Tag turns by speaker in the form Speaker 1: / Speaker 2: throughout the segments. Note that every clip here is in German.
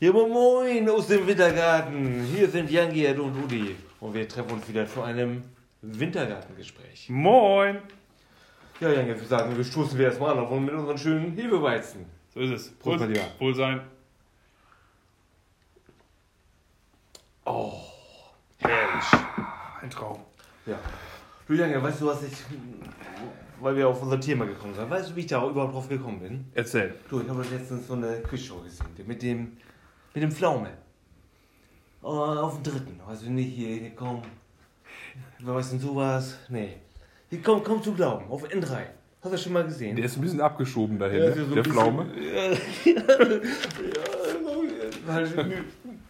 Speaker 1: Ja, moin, moin aus dem Wintergarten. Hier sind Jan, Gerd und Rudi. Und wir treffen uns wieder zu einem Wintergartengespräch.
Speaker 2: Moin!
Speaker 1: Ja, Jan, jetzt sagen wir, wir stoßen wir erstmal an auf mit unseren schönen Hefeweizen.
Speaker 2: So ist es.
Speaker 1: Prost, mein Lieber.
Speaker 2: Wohlsein. Oh, herrlich. Ein Traum.
Speaker 1: Ja. Du, Jan, weißt du, was ich. Weil wir auf unser Thema gekommen sind. Weißt du, wie ich da überhaupt drauf gekommen bin?
Speaker 2: Erzähl.
Speaker 1: Du, ich habe letztens so eine Quizshow gesehen. die Mit dem. Mit dem Pflaume. Äh, auf dem dritten. Weißt du nicht, hier, hier komm. Wer weiß denn sowas? Nee. Hier, komm, komm zu glauben. Auf N3. Hast du schon mal gesehen?
Speaker 3: Der ist ein bisschen abgeschoben dahin,
Speaker 1: Ja,
Speaker 3: ne?
Speaker 1: ist ja so
Speaker 3: der
Speaker 1: ein bisschen-
Speaker 3: Pflaume.
Speaker 1: Ja, ja, ja, halt,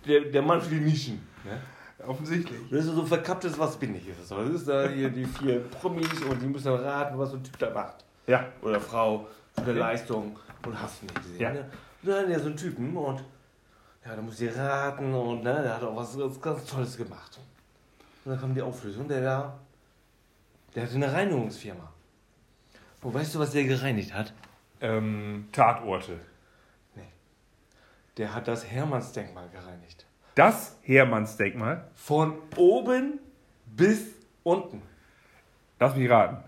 Speaker 1: der, der Mann für die Nischen. Ne?
Speaker 3: Offensichtlich.
Speaker 1: Das ist so verkapptes, was bin ich. Ist das, so? das ist da hier die vier Promis und die müssen raten, was so ein Typ da macht.
Speaker 2: Ja.
Speaker 1: Oder Frau, für eine Leistung und hast du nicht gesehen.
Speaker 2: Ja.
Speaker 1: Ne? Und dann hat er so einen Typen und ja, da muss sie raten und ne, der hat auch was ganz, ganz Tolles gemacht. Und dann kam die Auflösung, der da, der hatte eine Reinigungsfirma. Und weißt du, was der gereinigt hat?
Speaker 3: Ähm, Tatorte.
Speaker 1: Der hat das Hermannsdenkmal gereinigt.
Speaker 2: Das Hermannsdenkmal.
Speaker 1: Von oben bis unten.
Speaker 3: Lass mich raten.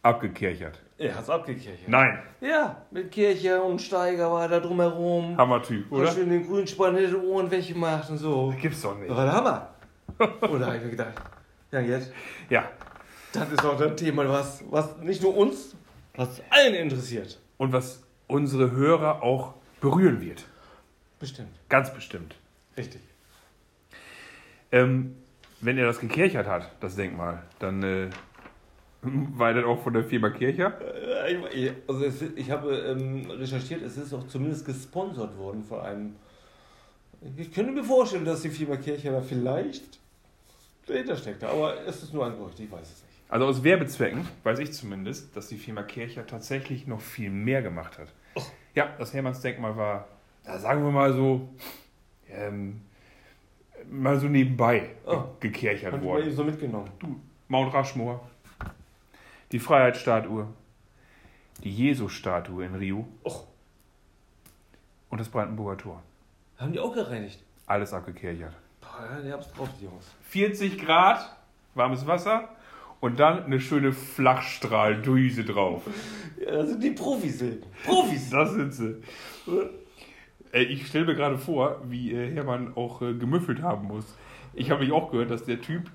Speaker 3: Abgekirchert.
Speaker 1: Er hat's abgekirchert.
Speaker 2: Nein.
Speaker 1: Ja, mit Kirche und Steiger war da drumherum.
Speaker 3: Hammertyp,
Speaker 1: Oder?
Speaker 3: oder?
Speaker 1: schön den Grünspann hinter den Ohren weggemacht und so.
Speaker 2: Gibt's doch nicht.
Speaker 1: Das war der Hammer. Und da habe ich mir gedacht, ja jetzt,
Speaker 2: Ja.
Speaker 1: das ist doch das Thema, was, was nicht nur uns, was allen interessiert.
Speaker 3: Und was unsere Hörer auch berühren wird.
Speaker 1: Bestimmt.
Speaker 3: Ganz bestimmt.
Speaker 1: Richtig.
Speaker 3: Ähm, wenn er das gekirchert hat, das Denkmal, dann äh, war das auch von der Firma Kircher.
Speaker 1: Äh, Ich, also es, ich habe ähm, recherchiert, es ist auch zumindest gesponsert worden von einem. Ich könnte mir vorstellen, dass die Firma Kirche da vielleicht dahinter steckt, aber es ist nur ein Gerücht, ich weiß es nicht.
Speaker 3: Also aus Werbezwecken weiß ich zumindest, dass die Firma Kircher tatsächlich noch viel mehr gemacht hat. Ja, das Hermannsdenkmal war, da sagen wir mal so, ähm, mal so nebenbei
Speaker 1: Oh.
Speaker 3: gekirchert
Speaker 1: Hat man
Speaker 3: worden.
Speaker 1: eben so mitgenommen.
Speaker 3: Du, Mount Rushmore, die Freiheitsstatue, die Jesu-Statue in Rio
Speaker 1: Och,
Speaker 3: und das Brandenburger Tor.
Speaker 1: haben die auch gereinigt.
Speaker 3: Alles abgekirchert.
Speaker 1: Boah, ja, die haben's drauf, die Jungs.
Speaker 3: 40 Grad, warmes Wasser und dann eine schöne Flachstrahldüse drauf.
Speaker 1: Ja, das sind die Profis eben. Profis!
Speaker 3: Das sind sie. Äh, Ich stelle mir gerade vor, wie äh, Hermann auch äh, gemüffelt haben muss. Ich habe mich auch gehört, dass der Typ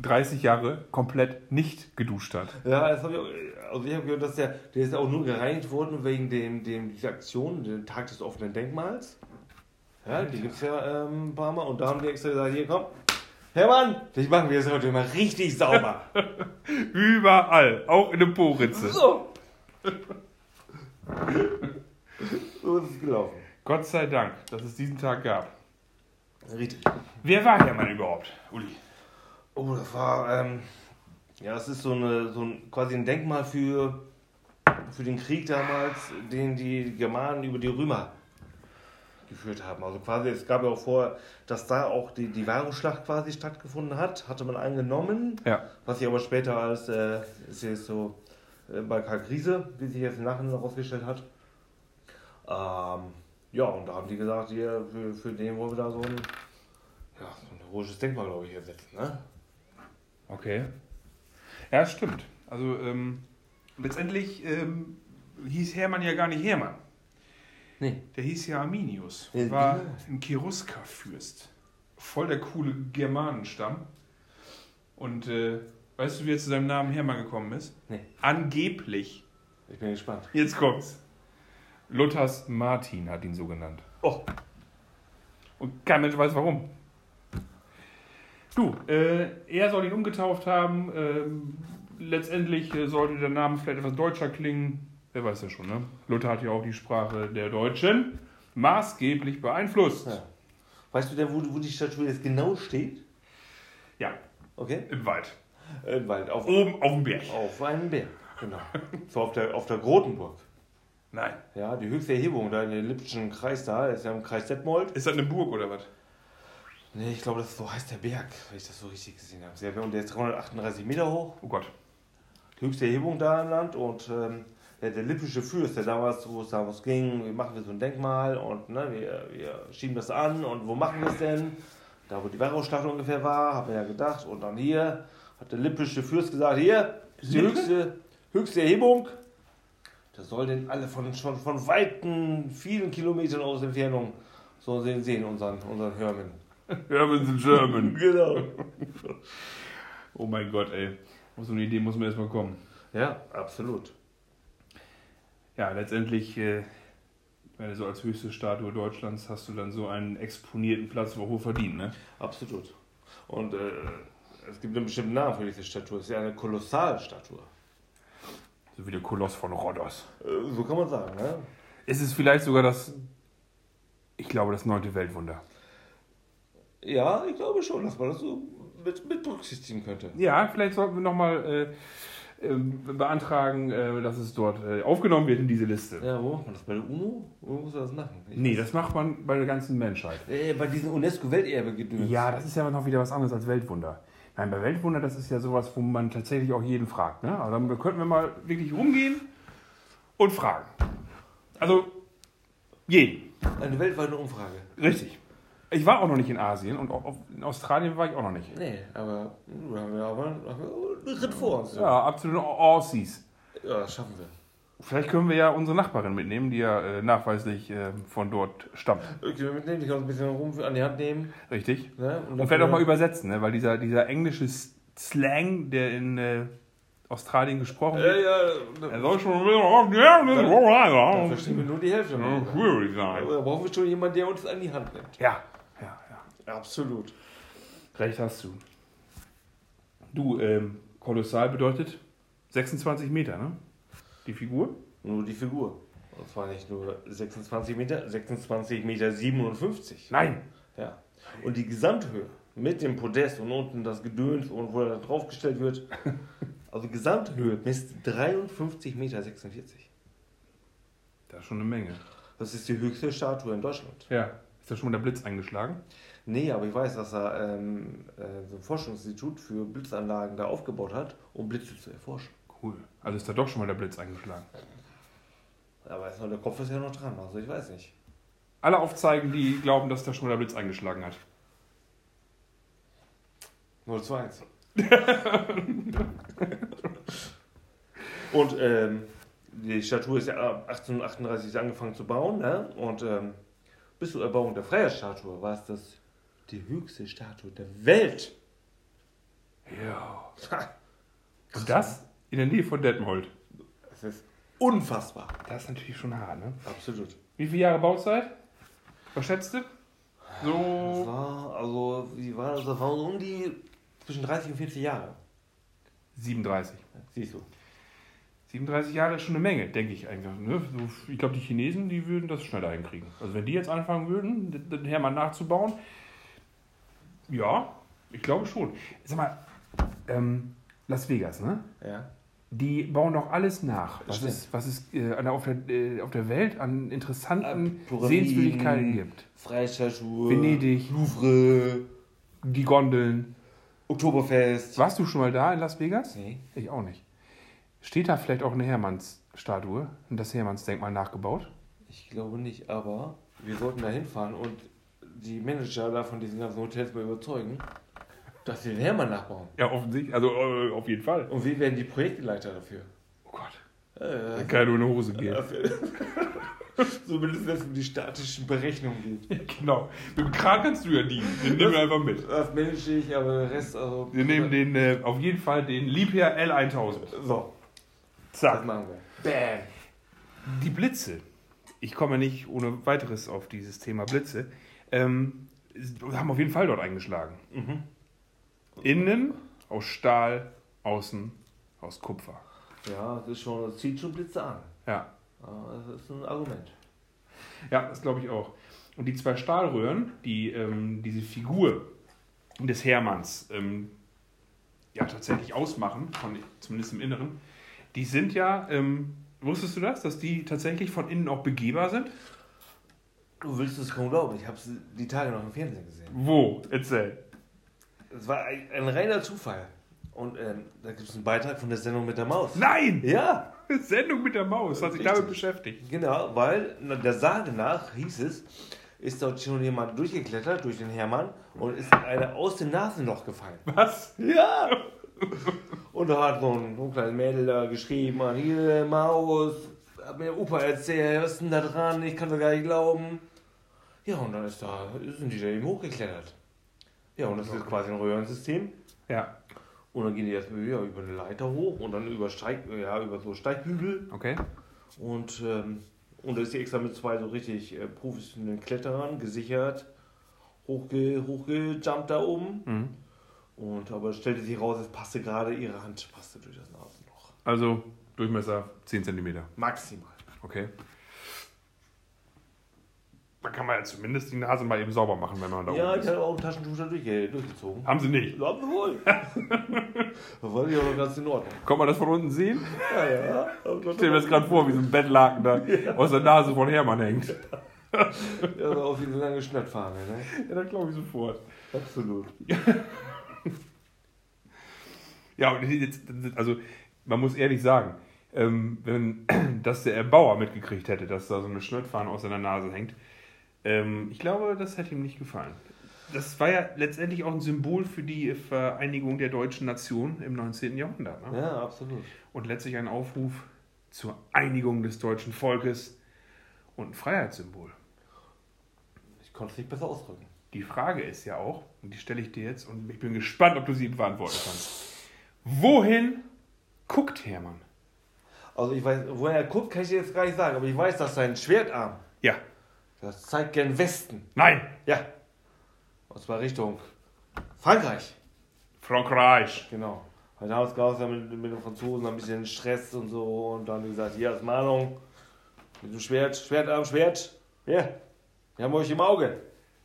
Speaker 3: 30 Jahre komplett nicht geduscht hat.
Speaker 1: Ja, das habe ich auch, also ich habe gehört, dass der, der ist ja auch nur gereinigt worden wegen dem, dem, dieser Aktion, dem Tag des offenen Denkmals. Ja, die gibt es ja ähm, ein paar Mal und da haben die extra gesagt, hier komm, Hermann, dich machen wir jetzt heute mal richtig sauber.
Speaker 3: Überall, auch in der Poritze.
Speaker 1: so. so ist es gelaufen.
Speaker 3: Gott sei Dank, dass es diesen Tag gab.
Speaker 1: Richtig.
Speaker 3: Wer war Hermann überhaupt, Uli?
Speaker 1: Oh, das war, ähm, ja, das ist so, eine, so ein, quasi ein Denkmal für, für den Krieg damals, den die Germanen über die Römer geführt haben. Also quasi, es gab ja auch vor, dass da auch die, die Varusschlacht quasi stattgefunden hat, hatte man angenommen,
Speaker 3: Ja.
Speaker 1: was sich aber später als, äh, ist jetzt so äh, bei Karl Griese, wie sich jetzt im Nachhinein herausgestellt hat. Ähm, ja, und da haben die gesagt, hier, für, für den wollen wir da so ein, ja, so ein heroisches Denkmal, glaube ich, hier setzen, ne?
Speaker 3: Okay. Ja, stimmt. Also ähm, letztendlich ähm, hieß Hermann ja gar nicht Hermann.
Speaker 1: Nee.
Speaker 3: Der hieß ja Arminius.
Speaker 1: Ja,
Speaker 3: und war
Speaker 1: genau.
Speaker 3: ein Cheruskerfürst. Voll der coole Germanenstamm. Und äh, weißt du, wie er zu seinem Namen Hermann gekommen ist?
Speaker 1: Nee.
Speaker 3: Angeblich.
Speaker 1: Ich bin gespannt.
Speaker 3: Jetzt kommt's. Luthers Martin hat ihn so genannt.
Speaker 1: Oh,
Speaker 3: Und kein Mensch weiß warum. Du, äh, er soll ihn umgetauft haben. ähm, letztendlich äh, sollte der Name vielleicht etwas deutscher klingen. Wer weiß ja schon, ne? Luther hat ja auch die Sprache der Deutschen maßgeblich beeinflusst.
Speaker 1: Ja. weißt du denn, wo, wo die Statue jetzt genau steht?
Speaker 3: ja
Speaker 1: Okay?
Speaker 3: im Wald.
Speaker 1: Im Wald, auf,
Speaker 3: Oben auf dem Berg.
Speaker 1: auf einem Berg. Genau. So auf der, auf der Grotenburg.
Speaker 3: Nein.
Speaker 1: Ja, die höchste Erhebung da in dem Lippischen Kreis da, ist ja im Kreis Detmold.
Speaker 3: Ist das eine Burg oder was?
Speaker 1: Nee, ich glaube, das ist, so heißt der Berg, wenn ich das so richtig gesehen habe. Sehr- Und der ist 338 Meter hoch.
Speaker 3: Oh Gott.
Speaker 1: Die höchste Erhebung da im Land und ähm, der, der lippische Fürst, der damals, wo es damals ging, wie machen wir so ein Denkmal und ne, wir, wir schieben das an und wo machen wir es denn? Da, wo die Varusschlacht ungefähr war, haben wir ja gedacht. Und dann hier hat der lippische Fürst gesagt, hier ist die höchste, höchste Erhebung. Das soll denn alle von, schon von weiten, vielen Kilometern aus Entfernung so sehen, sehen unseren, unseren Hörmen.
Speaker 3: Germans in German.
Speaker 1: Genau.
Speaker 3: Oh mein Gott, ey. Auf so eine Idee muss man erstmal kommen.
Speaker 1: Ja, absolut.
Speaker 3: Ja, letztendlich, äh, weil so als höchste Statue Deutschlands hast du dann so einen exponierten Platz, wo hoch verdient, ne?
Speaker 1: Absolut. Und äh, es gibt einen bestimmten Namen für diese Statue. Es ist ja eine Kolossalstatue.
Speaker 3: So wie der Koloss von Rhodos.
Speaker 1: Äh, so kann man sagen, ne?
Speaker 3: Es ist vielleicht sogar das, ich glaube, das neunte Weltwunder.
Speaker 1: Ja, ich glaube schon, dass man das so mit, mit berücksichtigen könnte.
Speaker 3: Ja, vielleicht sollten wir nochmal äh, ähm, beantragen, äh, dass es dort äh, aufgenommen wird in diese Liste.
Speaker 1: Ja, wo macht man das? Bei der UNO? Wo muss man das machen? Ich
Speaker 3: Nee, das macht man bei der ganzen Menschheit.
Speaker 1: Äh, bei diesem UNESCO-Welterbe gedöns.
Speaker 3: Ja, das ist ja noch wieder was anderes als Weltwunder. Nein, bei Weltwunder, das ist ja sowas, wo man tatsächlich auch jeden fragt. Ne? Also dann könnten wir mal wirklich rumgehen und fragen. Also jeden.
Speaker 1: Eine weltweite Umfrage.
Speaker 3: Richtig. Ich war auch noch nicht in Asien und auch auf, in Australien war ich auch noch nicht.
Speaker 1: Nee, aber hm, da haben wir aber einen Ritt vor uns.
Speaker 3: Ja, absolut Aussies.
Speaker 1: Ja, das schaffen wir.
Speaker 3: Vielleicht können wir ja unsere Nachbarin mitnehmen, die ja äh, nachweislich äh, von dort stammt.
Speaker 1: Okay, wir mitnehmen, ich kann uns ein bisschen rum an die Hand nehmen.
Speaker 3: Richtig.
Speaker 1: Ne?
Speaker 3: Und vielleicht auch mal übersetzen, ne? weil dieser, dieser englische S- Slang, der in äh, Australien gesprochen
Speaker 1: Ja,
Speaker 3: wird,
Speaker 1: ja,
Speaker 3: er
Speaker 1: da,
Speaker 3: soll schon ja,
Speaker 1: da verstehen wir nur die Hälfte. noch.
Speaker 3: query
Speaker 1: Aber
Speaker 3: sein.
Speaker 1: da brauchen wir schon jemanden, der uns an die Hand nimmt.
Speaker 3: Ja, ja, ja.
Speaker 1: Absolut.
Speaker 3: Recht hast du. Du, ähm, kolossal bedeutet 26 Meter, ne? Die Figur?
Speaker 1: Nur die Figur. Und zwar nicht nur 26 Meter, 26 Meter 57.
Speaker 3: Nein.
Speaker 1: Ja. Und die Gesamthöhe mit dem Podest und unten das Gedöns und wo er da draufgestellt wird. Also die Gesamthöhe misst 53,46 Meter.
Speaker 3: Da ist schon eine Menge.
Speaker 1: Das ist die höchste Statue in Deutschland.
Speaker 3: Ja. Ist da schon mal der Blitz eingeschlagen?
Speaker 1: Nee, aber ich weiß, dass er ähm, äh, so ein Forschungsinstitut für Blitzanlagen da aufgebaut hat, um Blitze zu erforschen.
Speaker 3: Cool. Also ist da doch schon mal der Blitz eingeschlagen.
Speaker 1: Aber erstmal, der Kopf ist ja noch dran, also ich weiß nicht.
Speaker 3: Alle aufzeigen, die glauben, dass da schon mal der Blitz eingeschlagen hat.
Speaker 1: 0 zu 1. Und ähm, die Statue ist ja ab 1838 angefangen zu bauen. Ne? Und ähm, bis zur Erbauung der Freiheitsstatue war es das die höchste Statue der Welt.
Speaker 3: Ja.
Speaker 1: Ha,
Speaker 3: Und das in der Nähe von Detmold.
Speaker 1: Das ist unfassbar.
Speaker 3: Das ist natürlich schon hart, ne?
Speaker 1: Absolut.
Speaker 3: Wie viele Jahre Bauzeit? Was schätzt du?
Speaker 1: Das
Speaker 3: So
Speaker 1: war, also, wie war das? Das waren so um die zwischen 30 und 40 Jahre. ne?
Speaker 3: 37.
Speaker 1: Siehst du.
Speaker 3: 37 Jahre ist schon eine Menge, denke ich einfach. Ne? So, ich glaube, die Chinesen, die würden das schneller hinkriegen. Also wenn die jetzt anfangen würden, den Hermann nachzubauen, ja, ich glaube schon. Sag mal, ähm, Las Vegas, ne?
Speaker 1: Ja.
Speaker 3: Die bauen doch alles nach, was
Speaker 1: Stimmt.
Speaker 3: es, was es äh, an der, auf, der, äh, auf der Welt an interessanten
Speaker 1: Ab- Äh, Pyramiden.
Speaker 3: Sehenswürdigkeiten gibt.
Speaker 1: Freiheitsstatue.
Speaker 3: Venedig.
Speaker 1: Louvre.
Speaker 3: Die Gondeln.
Speaker 1: Oktoberfest.
Speaker 3: Warst du schon mal da in Las Vegas?
Speaker 1: Nee.
Speaker 3: Ich auch nicht. Steht da vielleicht auch eine Hermannsstatue und das Hermannsdenkmal nachgebaut?
Speaker 1: Ich glaube nicht, aber wir sollten da hinfahren und die Manager da von diesen ganzen Hotels mal überzeugen, dass sie den Hermann nachbauen.
Speaker 3: Ja, offensichtlich. Also auf jeden Fall.
Speaker 1: Und wir werden die Projektleiter dafür.
Speaker 3: Oh Gott.
Speaker 1: Äh,
Speaker 3: Dann kann ja nur in die Hose gehen.
Speaker 1: dafür. Zumindest wenn es um die statischen Berechnungen geht.
Speaker 3: Genau. Mit dem Kran kannst du ja dienen. Den nehmen wir einfach mit.
Speaker 1: Das manage ich, aber der Rest, also.
Speaker 3: Wir nehmen den, äh, auf jeden Fall den Liebherr L1000.
Speaker 1: So, das
Speaker 3: Zack.
Speaker 1: machen wir. Bam!
Speaker 3: Die Blitze. Ich komme nicht ohne weiteres auf dieses Thema Blitze. Ähm, haben auf jeden Fall dort eingeschlagen. Innen aus Stahl, außen aus Kupfer.
Speaker 1: Ja, das ist schon, das zieht schon Blitze an.
Speaker 3: Ja,
Speaker 1: Aber Das ist ein Argument.
Speaker 3: ja das glaube ich auch. Und die zwei Stahlröhren, die ähm, diese Figur des Hermanns ähm, ja tatsächlich ausmachen, von, zumindest im Inneren, die sind ja, ähm, wusstest du das, dass die tatsächlich von innen auch begehbar sind?
Speaker 1: Du willst es kaum glauben, ich habe es die Tage noch im Fernsehen gesehen.
Speaker 3: Wo? Erzähl.
Speaker 1: Es war ein, ein reiner Zufall. Und ähm, da gibt es einen Beitrag von der Sendung mit der Maus.
Speaker 3: Nein!
Speaker 1: Ja,
Speaker 3: Sendung mit der Maus hat sich
Speaker 1: Richtig.
Speaker 3: damit beschäftigt.
Speaker 1: Genau, weil na, der Sage nach hieß es, ist dort schon jemand durchgeklettert durch den Hermann und ist einer aus dem Nasenloch gefallen.
Speaker 3: Was?
Speaker 1: Ja! Und da hat so ein, so ein kleines Mädel da geschrieben, "Ah, hier, Maus, hat mir der Opa erzählt, was ist denn da dran, ich kann das gar nicht glauben. Ja, und dann ist da, sind die da eben hochgeklettert. Ja, und das ist quasi ein Röhrensystem.
Speaker 3: Ja,
Speaker 1: Und dann gehen die erstmal ja, über eine Leiter hoch und dann über, Steig, ja, über so Steigbügel
Speaker 3: okay.
Speaker 1: und, ähm, und da ist die extra mit zwei so richtig äh, professionellen Kletterern gesichert, hochge, hochgejumpt da oben. Und aber es stellte sich raus, es passte gerade, ihre Hand passte durch das Nasenloch.
Speaker 3: Also Durchmesser 10 cm.
Speaker 1: Maximal.
Speaker 3: Okay. Da kann man ja zumindest die Nase mal eben sauber machen, wenn man da
Speaker 1: Ja,
Speaker 3: oben
Speaker 1: ich
Speaker 3: ist.
Speaker 1: habe auch ein Taschentuch da durch, äh, durchgezogen.
Speaker 3: Haben sie nicht.
Speaker 1: Ja, wohl. das war ja noch ganz in Ordnung.
Speaker 3: Kommt man das von unten sehen?
Speaker 1: Ja, ja.
Speaker 3: Ich stelle mir das gerade vor, wie so ein Bettlaken da aus der Nase von Hermann hängt. Ja,
Speaker 1: Ja, aber auf diese lange Schnattfahne, ne?
Speaker 3: das glaube ich sofort.
Speaker 1: Absolut.
Speaker 3: Ja, und jetzt, also man muss ehrlich sagen, ähm, wenn das der Erbauer mitgekriegt hätte, dass da so eine Schnittfahne aus seiner Nase hängt, ähm, ich glaube, das hätte ihm nicht gefallen. Das war ja letztendlich auch ein Symbol für die Vereinigung der deutschen Nation im 19. Jahrhundert. Ne?
Speaker 1: Ja, absolut.
Speaker 3: und letztlich ein Aufruf zur Einigung des deutschen Volkes und ein Freiheitssymbol.
Speaker 1: Ich konnte es nicht besser ausdrücken.
Speaker 3: Die Frage ist ja auch, und die stelle ich dir jetzt und ich bin gespannt, ob du sie beantworten kannst. Wohin guckt Hermann?
Speaker 1: Also ich weiß, woher er guckt, kann ich dir jetzt gar nicht sagen, aber ich weiß, dass sein Schwertarm,
Speaker 3: Ja,
Speaker 1: das zeigt gern Westen.
Speaker 3: nein,
Speaker 1: Ja. Und zwar Richtung Frankreich.
Speaker 3: Frankreich.
Speaker 1: Genau. Weil damals gab es ja mit, mit den Franzosen ein bisschen Stress und so und dann wie gesagt, hier als Mahnung, mit dem Schwert, Schwertarm, Schwert. Ja. Wir haben euch im Auge.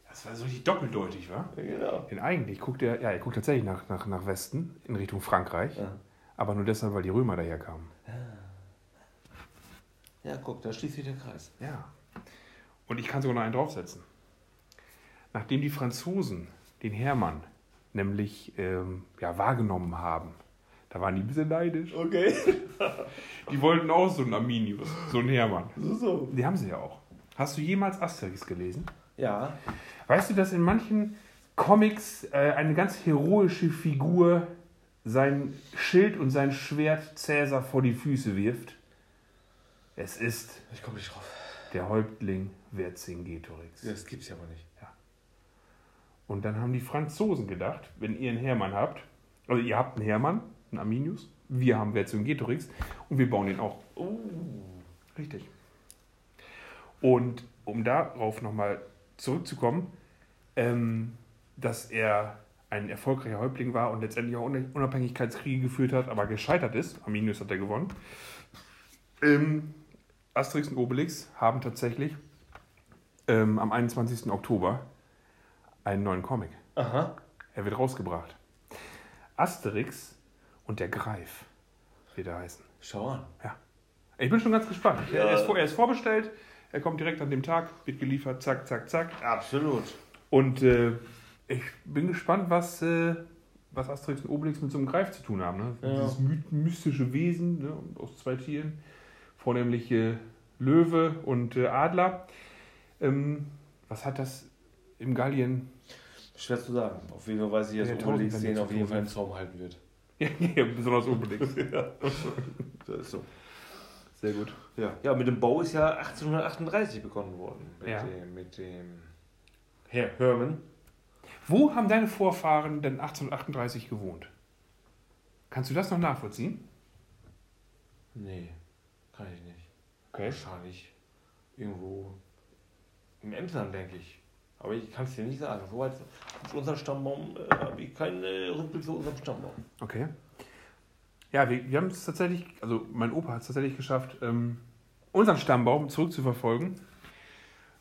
Speaker 3: Das war so richtig doppeldeutig, wa?
Speaker 1: Ja, genau.
Speaker 3: Denn eigentlich guckt er, ja, er guckt tatsächlich nach, nach, nach Westen, in Richtung Frankreich,
Speaker 1: Ja.
Speaker 3: aber nur deshalb, weil die Römer daherkamen.
Speaker 1: Ja, guck, da schließt sich der Kreis.
Speaker 3: Ja. Und ich kann sogar noch einen draufsetzen. Nachdem die Franzosen den Hermann nämlich ähm, ja, wahrgenommen haben, da waren die ein bisschen neidisch.
Speaker 1: Okay.
Speaker 3: Die wollten auch so einen Arminius, so einen Hermann.
Speaker 1: So, so.
Speaker 3: Die haben sie ja auch. Hast du jemals Asterix gelesen?
Speaker 1: Ja.
Speaker 3: Weißt du, dass in manchen Comics äh, eine ganz heroische Figur sein Schild und sein Schwert Cäsar vor die Füße wirft? Es ist
Speaker 1: Ich komme nicht drauf.
Speaker 3: der Häuptling Vercingetorix.
Speaker 1: Das gibt's ja aber nicht.
Speaker 3: Und dann haben die Franzosen gedacht, wenn ihr einen Hermann habt, also ihr habt einen Hermann, einen Arminius, wir haben Vercingetorix und wir bauen den auch. Richtig. Und um darauf nochmal zurückzukommen, ähm, dass er ein erfolgreicher Häuptling war und letztendlich auch Une- Unabhängigkeitskriege geführt hat, aber gescheitert ist. Arminius hat er gewonnen. Ähm, Asterix und Obelix haben tatsächlich ähm, am 21. Oktober einen neuen Comic.
Speaker 1: Aha.
Speaker 3: Er wird rausgebracht. Asterix und der Greif wird er heißen.
Speaker 1: Schau an.
Speaker 3: Ich bin schon ganz gespannt.
Speaker 1: Ja.
Speaker 3: Er, ist vor, er ist vorbestellt, er kommt direkt an dem Tag, wird geliefert, zack, zack, zack.
Speaker 1: Absolut.
Speaker 3: Und äh, ich bin gespannt, was, äh, was Asterix und Obelix mit so einem Greif zu tun haben. Ne?
Speaker 1: Ja.
Speaker 3: Dieses my mystische Wesen ne? aus zwei Tieren, vornehmlich äh, Löwe und äh, Adler. Ähm, was hat das im Gallien?
Speaker 1: Schwer zu sagen. Auf jeden Fall weiß ich, dass
Speaker 3: Ja,
Speaker 1: ja, Obelix
Speaker 3: tausend
Speaker 1: den auf jeden
Speaker 3: Planeten.
Speaker 1: Fall im Zaum halten wird.
Speaker 3: ja, besonders Obelix.
Speaker 1: Das ist so.
Speaker 3: Sehr gut.
Speaker 1: Ja. ja, mit dem Bau ist ja 1838 begonnen worden. Mit
Speaker 3: Ja.
Speaker 1: dem, mit dem Herr Herman.
Speaker 3: Wo haben deine Vorfahren denn 1838 gewohnt? Kannst du das noch nachvollziehen?
Speaker 1: Nee, kann ich nicht.
Speaker 3: Okay.
Speaker 1: Wahrscheinlich irgendwo im Emsland, denke ich. Aber ich kann es dir nicht sagen. So weit zu unserem Stammbaum äh, habe ich keinen äh, Rückblick zu unserem Stammbaum.
Speaker 3: Okay. Ja, wir, wir haben es tatsächlich, also mein Opa hat es tatsächlich geschafft, ähm, unseren Stammbaum zurückzuverfolgen.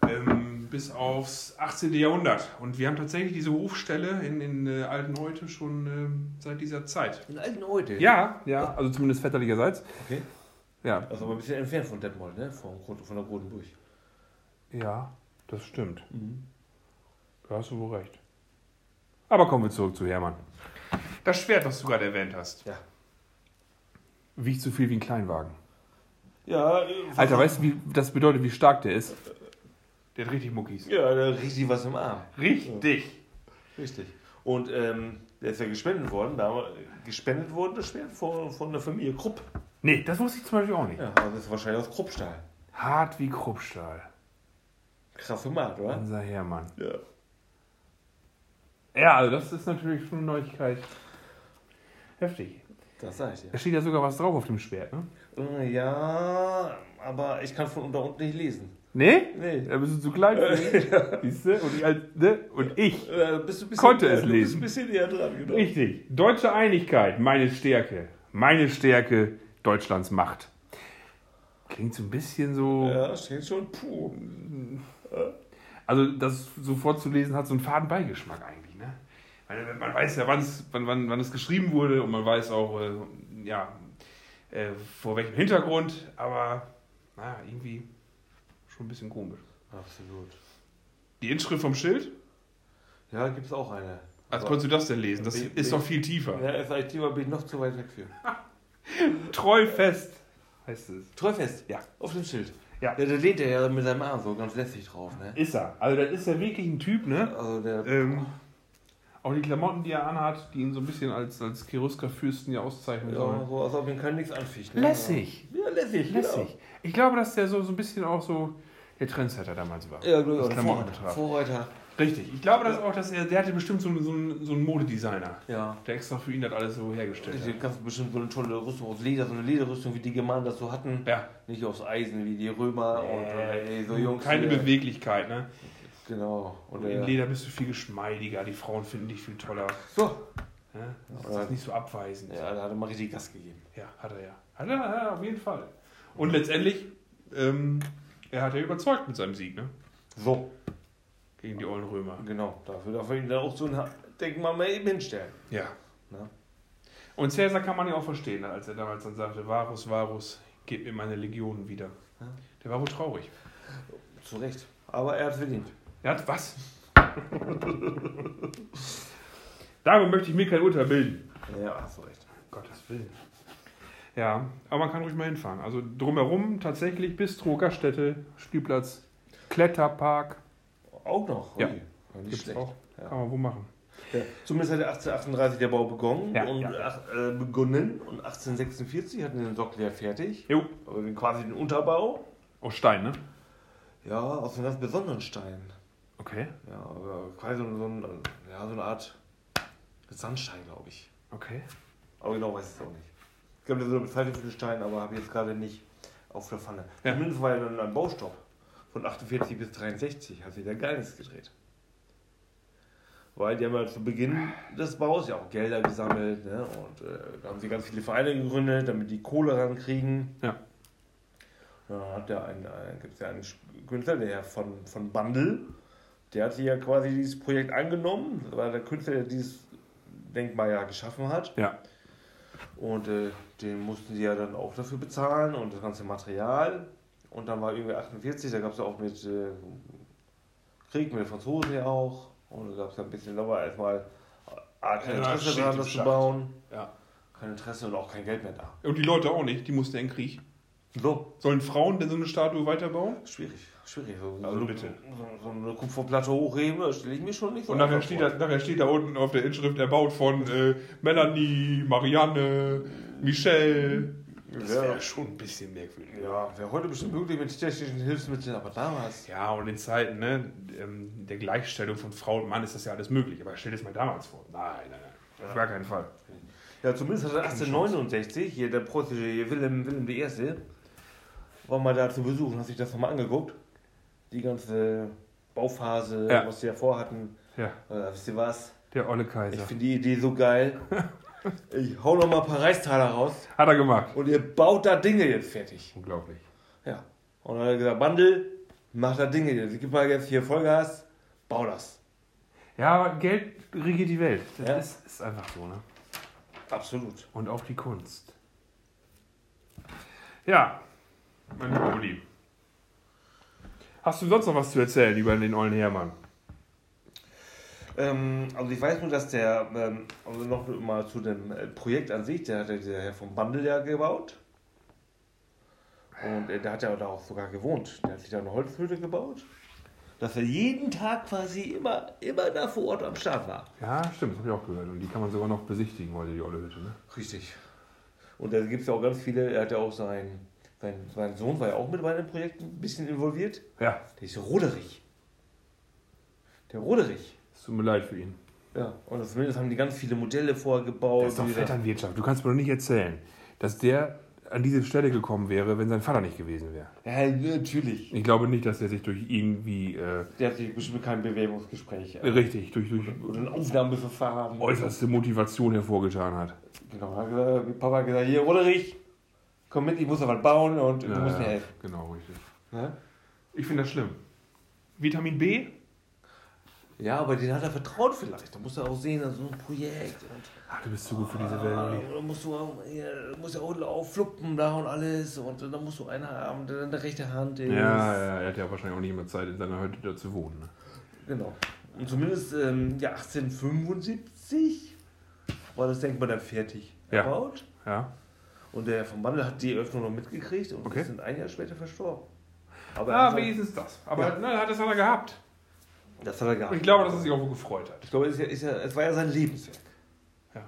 Speaker 3: Ähm, bis aufs 18. Jahrhundert. Und wir haben tatsächlich diese Hofstelle in, in äh, Altenheute schon ähm, seit dieser Zeit.
Speaker 1: In alten heute.
Speaker 3: Ja, ja, also zumindest väterlicherseits.
Speaker 1: Okay.
Speaker 3: Ja,
Speaker 1: Also aber ein bisschen entfernt von Detmold, ne? Von, Grot- von der Grotenburg.
Speaker 3: ja, das stimmt. Da hast du wohl recht. Aber kommen wir zurück zu Hermann. Das Schwert, was du gerade erwähnt hast,
Speaker 1: Ja.
Speaker 3: wiegt so viel wie ein Kleinwagen.
Speaker 1: Ja, äh,
Speaker 3: Alter, weißt du, wie das bedeutet, wie stark der ist? Der hat richtig Muckis.
Speaker 1: ja, da richtig was im Arm.
Speaker 3: Richtig.
Speaker 1: Richtig. Und ähm, der ist ja gespendet worden. Da, gespendet worden das Schwert von, von der Familie Krupp.
Speaker 3: Nee, das wusste ich zum Beispiel auch nicht.
Speaker 1: Ja, also das ist wahrscheinlich aus Kruppstahl.
Speaker 3: Hart wie Kruppstahl.
Speaker 1: Krasse Mat, oder?
Speaker 3: Unser Hermann.
Speaker 1: Ja.
Speaker 3: Ja, also das ist natürlich schon eine Neuigkeit. Heftig.
Speaker 1: Das sag ich dir.
Speaker 3: Da steht ja sogar was drauf auf dem Schwert, ne?
Speaker 1: Äh, Ja, aber ich kann von da unten nicht lesen.
Speaker 3: Nee?
Speaker 1: Nee.
Speaker 3: Da bist du zu klein für mich. Siehst du? Und ich, als- ne? Und ich.
Speaker 1: Äh, bist du ein bisschen,
Speaker 3: Konnte es
Speaker 1: du bist
Speaker 3: lesen.
Speaker 1: ein bisschen näher dran, genau.
Speaker 3: Richtig. Deutsche Einigkeit, meine Stärke. Meine Stärke, Deutschlands Macht. Klingt so ein bisschen so.
Speaker 1: Ja, steht schon. Puh.
Speaker 3: Also, das so vorzulesen hat so einen faden Beigeschmack eigentlich, ne? Weil man weiß ja, wann's, wann, wann, wann es geschrieben wurde und man weiß auch, äh, ja, äh, vor welchem Hintergrund, aber naja, irgendwie schon ein bisschen komisch.
Speaker 1: Absolut.
Speaker 3: Die Inschrift vom Schild?
Speaker 1: Ja, gibt's auch eine.
Speaker 3: Als
Speaker 1: Aber-
Speaker 3: konntest du das denn lesen? Das
Speaker 1: Bin- bin-
Speaker 3: ist doch viel tiefer.
Speaker 1: Ja, SIT war bin ich noch zu weit weg für.
Speaker 3: Treu fest heißt es.
Speaker 1: Treufest.
Speaker 3: Ja.
Speaker 1: Auf dem Schild.
Speaker 3: Ja.
Speaker 1: ja. Da lehnt er ja mit seinem Arm so ganz lässig drauf, ne?
Speaker 3: Ist er. Also, das ist ja wirklich ein Typ, ne?
Speaker 1: Also der.
Speaker 3: Ähm, auch die Klamotten, die er anhat, die ihn so ein bisschen als, als Cherusker-Fürsten ja auszeichnen
Speaker 1: ja,
Speaker 3: sollen.
Speaker 1: so, als ob ihn kein nichts anficht. Ne?
Speaker 3: Lässig.
Speaker 1: Ja, lässig.
Speaker 3: Lässig. Ich glaube, dass der so, so ein bisschen auch so der Trendsetter damals war.
Speaker 1: Ja, genau.
Speaker 3: Was
Speaker 1: Ja,
Speaker 3: Klamotten
Speaker 1: Vorreiter.
Speaker 3: betraf.
Speaker 1: Vorreiter.
Speaker 3: Richtig. Ich glaube dass auch, dass er, der hatte bestimmt so, einen- so, einen, so einen Modedesigner,
Speaker 1: Ja.
Speaker 3: der extra für ihn das alles so hergestellt
Speaker 1: Richtig,
Speaker 3: hat.
Speaker 1: Du kannst bestimmt so eine tolle Rüstung aus Leder, so eine Lederrüstung, wie die Germanen das so hatten.
Speaker 3: Ja.
Speaker 1: Nicht aus Eisen, wie die Römer und äh, ey, so Jungs.
Speaker 3: Keine
Speaker 1: hier.
Speaker 3: Beweglichkeit, ne?
Speaker 1: Genau.
Speaker 3: Und
Speaker 1: Oder,
Speaker 3: in Leder bist du viel geschmeidiger, die Frauen finden dich viel toller.
Speaker 1: So.
Speaker 3: Ne? Das
Speaker 1: Oder-
Speaker 3: ist nicht so abweisend.
Speaker 1: Ja, da hat er mal richtig Gas gegeben.
Speaker 3: Ja, hat er ja. Hat er, hat er auf jeden Fall. Und letztendlich, ähm, er hat ja überzeugt mit seinem Sieg, ne?
Speaker 1: So.
Speaker 3: Gegen die ollen Römer.
Speaker 1: Genau. Dafür darf er ihn dann auch so ein Ha- Denkmal mal eben hinstellen.
Speaker 3: Ja.
Speaker 1: Ne?
Speaker 3: Und Cäsar kann man ja auch verstehen, ne, als er damals dann sagte, Varus, Varus, gib mir meine Legionen wieder.
Speaker 1: Ja.
Speaker 3: Der war wohl traurig.
Speaker 1: Zu Recht. Aber er hat verdient.
Speaker 3: Er hat was? Darüber möchte ich mir kein Urteil bilden.
Speaker 1: Ja, zu Recht.
Speaker 3: Gottes Willen. Ja, aber man kann ruhig mal hinfahren. Also drumherum tatsächlich Bistro, Gaststätte, Spielplatz, Kletterpark.
Speaker 1: Auch noch.
Speaker 3: Ja.
Speaker 1: Ui, Nicht
Speaker 3: Gibt's
Speaker 1: schlecht.
Speaker 3: auch.
Speaker 1: Ja.
Speaker 3: Kann man wo machen.
Speaker 1: Ja. Zumindest hat er 1838 der Bau begonnen
Speaker 3: Ja,
Speaker 1: und
Speaker 3: ja.
Speaker 1: ach- äh, begonnen und 1846 hatten den Sockel ja fertig.
Speaker 3: Jo.
Speaker 1: Aber den, quasi den Unterbau.
Speaker 3: Aus Stein, ne?
Speaker 1: Ja, aus einem ganz besonderen Stein.
Speaker 3: Okay.
Speaker 1: Ja, aber quasi so, ein, also, ja, so eine Art Sandstein, glaube ich.
Speaker 3: Okay.
Speaker 1: Aber genau weiß ich es auch nicht. Es gibt ja so eine Bezeichnung für den Stein, aber habe ich jetzt gerade nicht auf der Pfanne.
Speaker 3: Ja.
Speaker 1: Zumindest war ja dann ein Baustopp. Von 48 bis 63 hat sich da gar nichts gedreht. Weil die haben ja zu Beginn des Baus ja auch Gelder gesammelt ne? und äh, da haben sie ganz viele Vereine gegründet, damit die Kohle rankriegen.
Speaker 3: Ja.
Speaker 1: Dann hat ja einen, einen, gibt's ja einen Sp- Künstler, der Herr von, von Bandel, der hat ja quasi dieses Projekt angenommen, weil der Künstler, der dieses Denkmal ja geschaffen hat.
Speaker 3: Ja.
Speaker 1: Und äh, den mussten sie ja dann auch dafür bezahlen und das ganze Material. Und dann war irgendwie 48, da gab es ja auch mit äh, Krieg mit den Franzosen ja auch. Und da gab es ja ein bisschen, da war erstmal A, kein
Speaker 3: Ja,
Speaker 1: Interesse
Speaker 3: steht
Speaker 1: daran,
Speaker 3: im
Speaker 1: das zu
Speaker 3: Schacht.
Speaker 1: bauen.
Speaker 3: Ja.
Speaker 1: Kein Interesse und auch kein Geld mehr da.
Speaker 3: Und die Leute auch nicht, die mussten ja in den Krieg.
Speaker 1: So,
Speaker 3: Sollen Frauen denn so eine Statue weiterbauen?
Speaker 1: schwierig, schwierig. So,
Speaker 3: Also
Speaker 1: so,
Speaker 3: bitte.
Speaker 1: So, so eine Kupferplatte hochheben, da stelle ich mir schon nicht so
Speaker 3: Und nachher
Speaker 1: einfach
Speaker 3: steht,
Speaker 1: vor.
Speaker 3: da, nachher steht da unten auf der Inschrift erbaut von äh, Melanie, Marianne, Michelle. Das
Speaker 1: Ja.
Speaker 3: wäre schon ein bisschen merkwürdig.
Speaker 1: Ja, wäre heute bestimmt möglich mit technischen Hilfsmitteln, aber damals.
Speaker 3: Ja, und in Zeiten ne, ähm, der Gleichstellung von Frau und Mann ist das ja alles möglich. Aber stell dir das mal damals vor. Nein, nein, nein. Auf gar keinen Fall.
Speaker 1: Ja, zumindest hat er 1869, hier der Preußische Wilhelm, Wilhelm I., war mal da zu Besuch und hat sich das nochmal angeguckt. Die ganze Bauphase,
Speaker 3: Ja.
Speaker 1: was sie davor hatten.
Speaker 3: Ja,
Speaker 1: Äh, wisst ihr was?
Speaker 3: der olle
Speaker 1: Ich
Speaker 3: Kaiser.
Speaker 1: finde die Idee so geil. Ich hau nochmal ein paar Reichstaler raus
Speaker 3: Hat er gemacht.
Speaker 1: und ihr baut da Dinge jetzt fertig.
Speaker 3: Unglaublich.
Speaker 1: Ja. Und dann hat er gesagt, Bandel, mach da Dinge jetzt. Gib mal jetzt hier Vollgas, bau das.
Speaker 3: Ja, aber Geld regiert die Welt. Das
Speaker 1: Ja.
Speaker 3: ist, ist einfach so, ne?
Speaker 1: Absolut.
Speaker 3: Und auch die Kunst. Ja, mein lieber Uli. Hast du sonst noch was zu erzählen über den ollen Hermann?
Speaker 1: Ähm, also ich weiß nur, dass der, ähm, also noch mal zu dem äh, Projekt an sich, der hat ja der Herr vom Bandel ja gebaut. Und äh, der hat ja da auch sogar gewohnt. Der hat sich da eine Holzhütte gebaut, dass er jeden Tag quasi immer, immer da vor Ort am Start war.
Speaker 3: Ja, stimmt, das habe ich auch gehört. Und die kann man sogar noch besichtigen heute, die olle Hütte. Ne?
Speaker 1: Richtig. Und da gibt es ja auch ganz viele, er hat ja auch sein, sein, sein Sohn war ja auch mit bei den Projekten ein bisschen involviert.
Speaker 3: Ja,
Speaker 1: Der ist Roderich. Der Roderich.
Speaker 3: es tut mir leid für ihn.
Speaker 1: Ja, und zumindest haben die ganz viele Modelle vorgebaut.
Speaker 3: Das ist doch
Speaker 1: die da-
Speaker 3: Vetternwirtschaft. Du kannst mir doch nicht erzählen, dass der an diese Stelle gekommen wäre, wenn sein Vater nicht gewesen wäre.
Speaker 1: ja, natürlich.
Speaker 3: Ich glaube nicht, dass er sich durch irgendwie äh,
Speaker 1: Der hat sich bestimmt kein Bewerbungsgespräch. äh,
Speaker 3: richtig, durch, durch
Speaker 1: Oder ein Aufnahmeverfahren.
Speaker 3: äußerste Motivation hervorgetan hat.
Speaker 1: Genau, hat gesagt, Papa hat gesagt, hier, Roderich, komm mit, ich muss da was bauen und du musst mir helfen.
Speaker 3: genau, richtig.
Speaker 1: Ne?
Speaker 4: Ich finde das schlimm. Vitamin B?
Speaker 1: Ja, aber den hat er vertraut vielleicht. Da musst du auch sehen, also so ein Projekt. Und,
Speaker 3: Ach, du bist zu gut für diese
Speaker 1: ah,
Speaker 3: Welt.
Speaker 1: da musst du auch, ja, da musst du auch auf Fluppen da und alles. Und dann musst du eine haben, der dann der rechte Hand ist.
Speaker 3: Ja, ja, er hat ja wahrscheinlich auch nicht immer Zeit, in seiner Hütte da zu wohnen. Ne?
Speaker 1: Genau. Und zumindest ähm, ja, 1875 war das Denkmal dann fertig
Speaker 3: Ja.
Speaker 1: erbaut.
Speaker 3: Ja.
Speaker 1: Und der von Mandel hat die Eröffnung noch mitgekriegt und
Speaker 3: Okay.
Speaker 1: ist dann ein Jahr später verstorben. Aber er
Speaker 4: Ah,
Speaker 1: hat
Speaker 3: halt
Speaker 1: sein-
Speaker 4: wenigstens das. Aber na, das hat er gehabt.
Speaker 1: das hat er gehabt.
Speaker 4: Und ich glaube, dass er sich auch wohl gefreut hat.
Speaker 1: Ich glaube, es, ist ja, ist ja, es war ja sein Lebenswerk.
Speaker 4: Ja.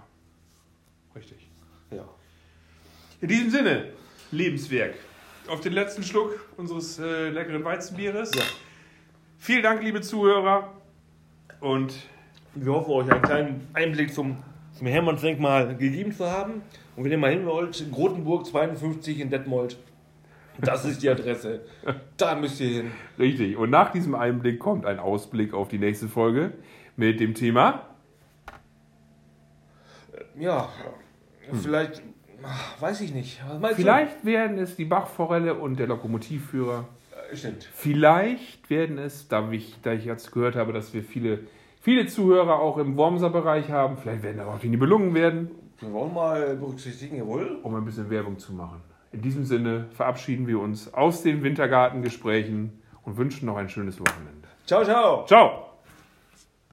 Speaker 4: Richtig.
Speaker 1: Ja.
Speaker 4: In diesem Sinne, Lebenswerk. Auf den letzten Schluck unseres äh, leckeren Weizenbieres.
Speaker 1: Ja.
Speaker 4: Vielen Dank, liebe Zuhörer. Und
Speaker 1: Wir hoffen, euch einen kleinen Einblick zum, zum Hermannsdenkmal gegeben zu haben. Und wenn ihr mal hin wollt, Grotenburg 52 in Detmold. Das ist die Adresse. Da müsst ihr hin.
Speaker 3: Richtig. Und nach diesem Einblick kommt ein Ausblick auf die nächste Folge mit dem Thema.
Speaker 1: Ja, vielleicht, ach, weiß ich nicht. Was meinst du?
Speaker 3: Vielleicht werden es die Bachforelle und der Lokomotivführer.
Speaker 1: Äh, Stimmt.
Speaker 3: Vielleicht werden es, da ich, da ich jetzt gehört habe, dass wir viele, viele Zuhörer auch im Wormser-Bereich haben, vielleicht werden aber auch die Nibelungen werden,
Speaker 1: Wir wollen mal berücksichtigen, jawohl.
Speaker 3: um ein bisschen Werbung zu machen. In diesem Sinne verabschieden wir uns aus den Wintergartengesprächen und wünschen noch ein schönes Wochenende.
Speaker 1: Ciao, ciao.
Speaker 3: Ciao!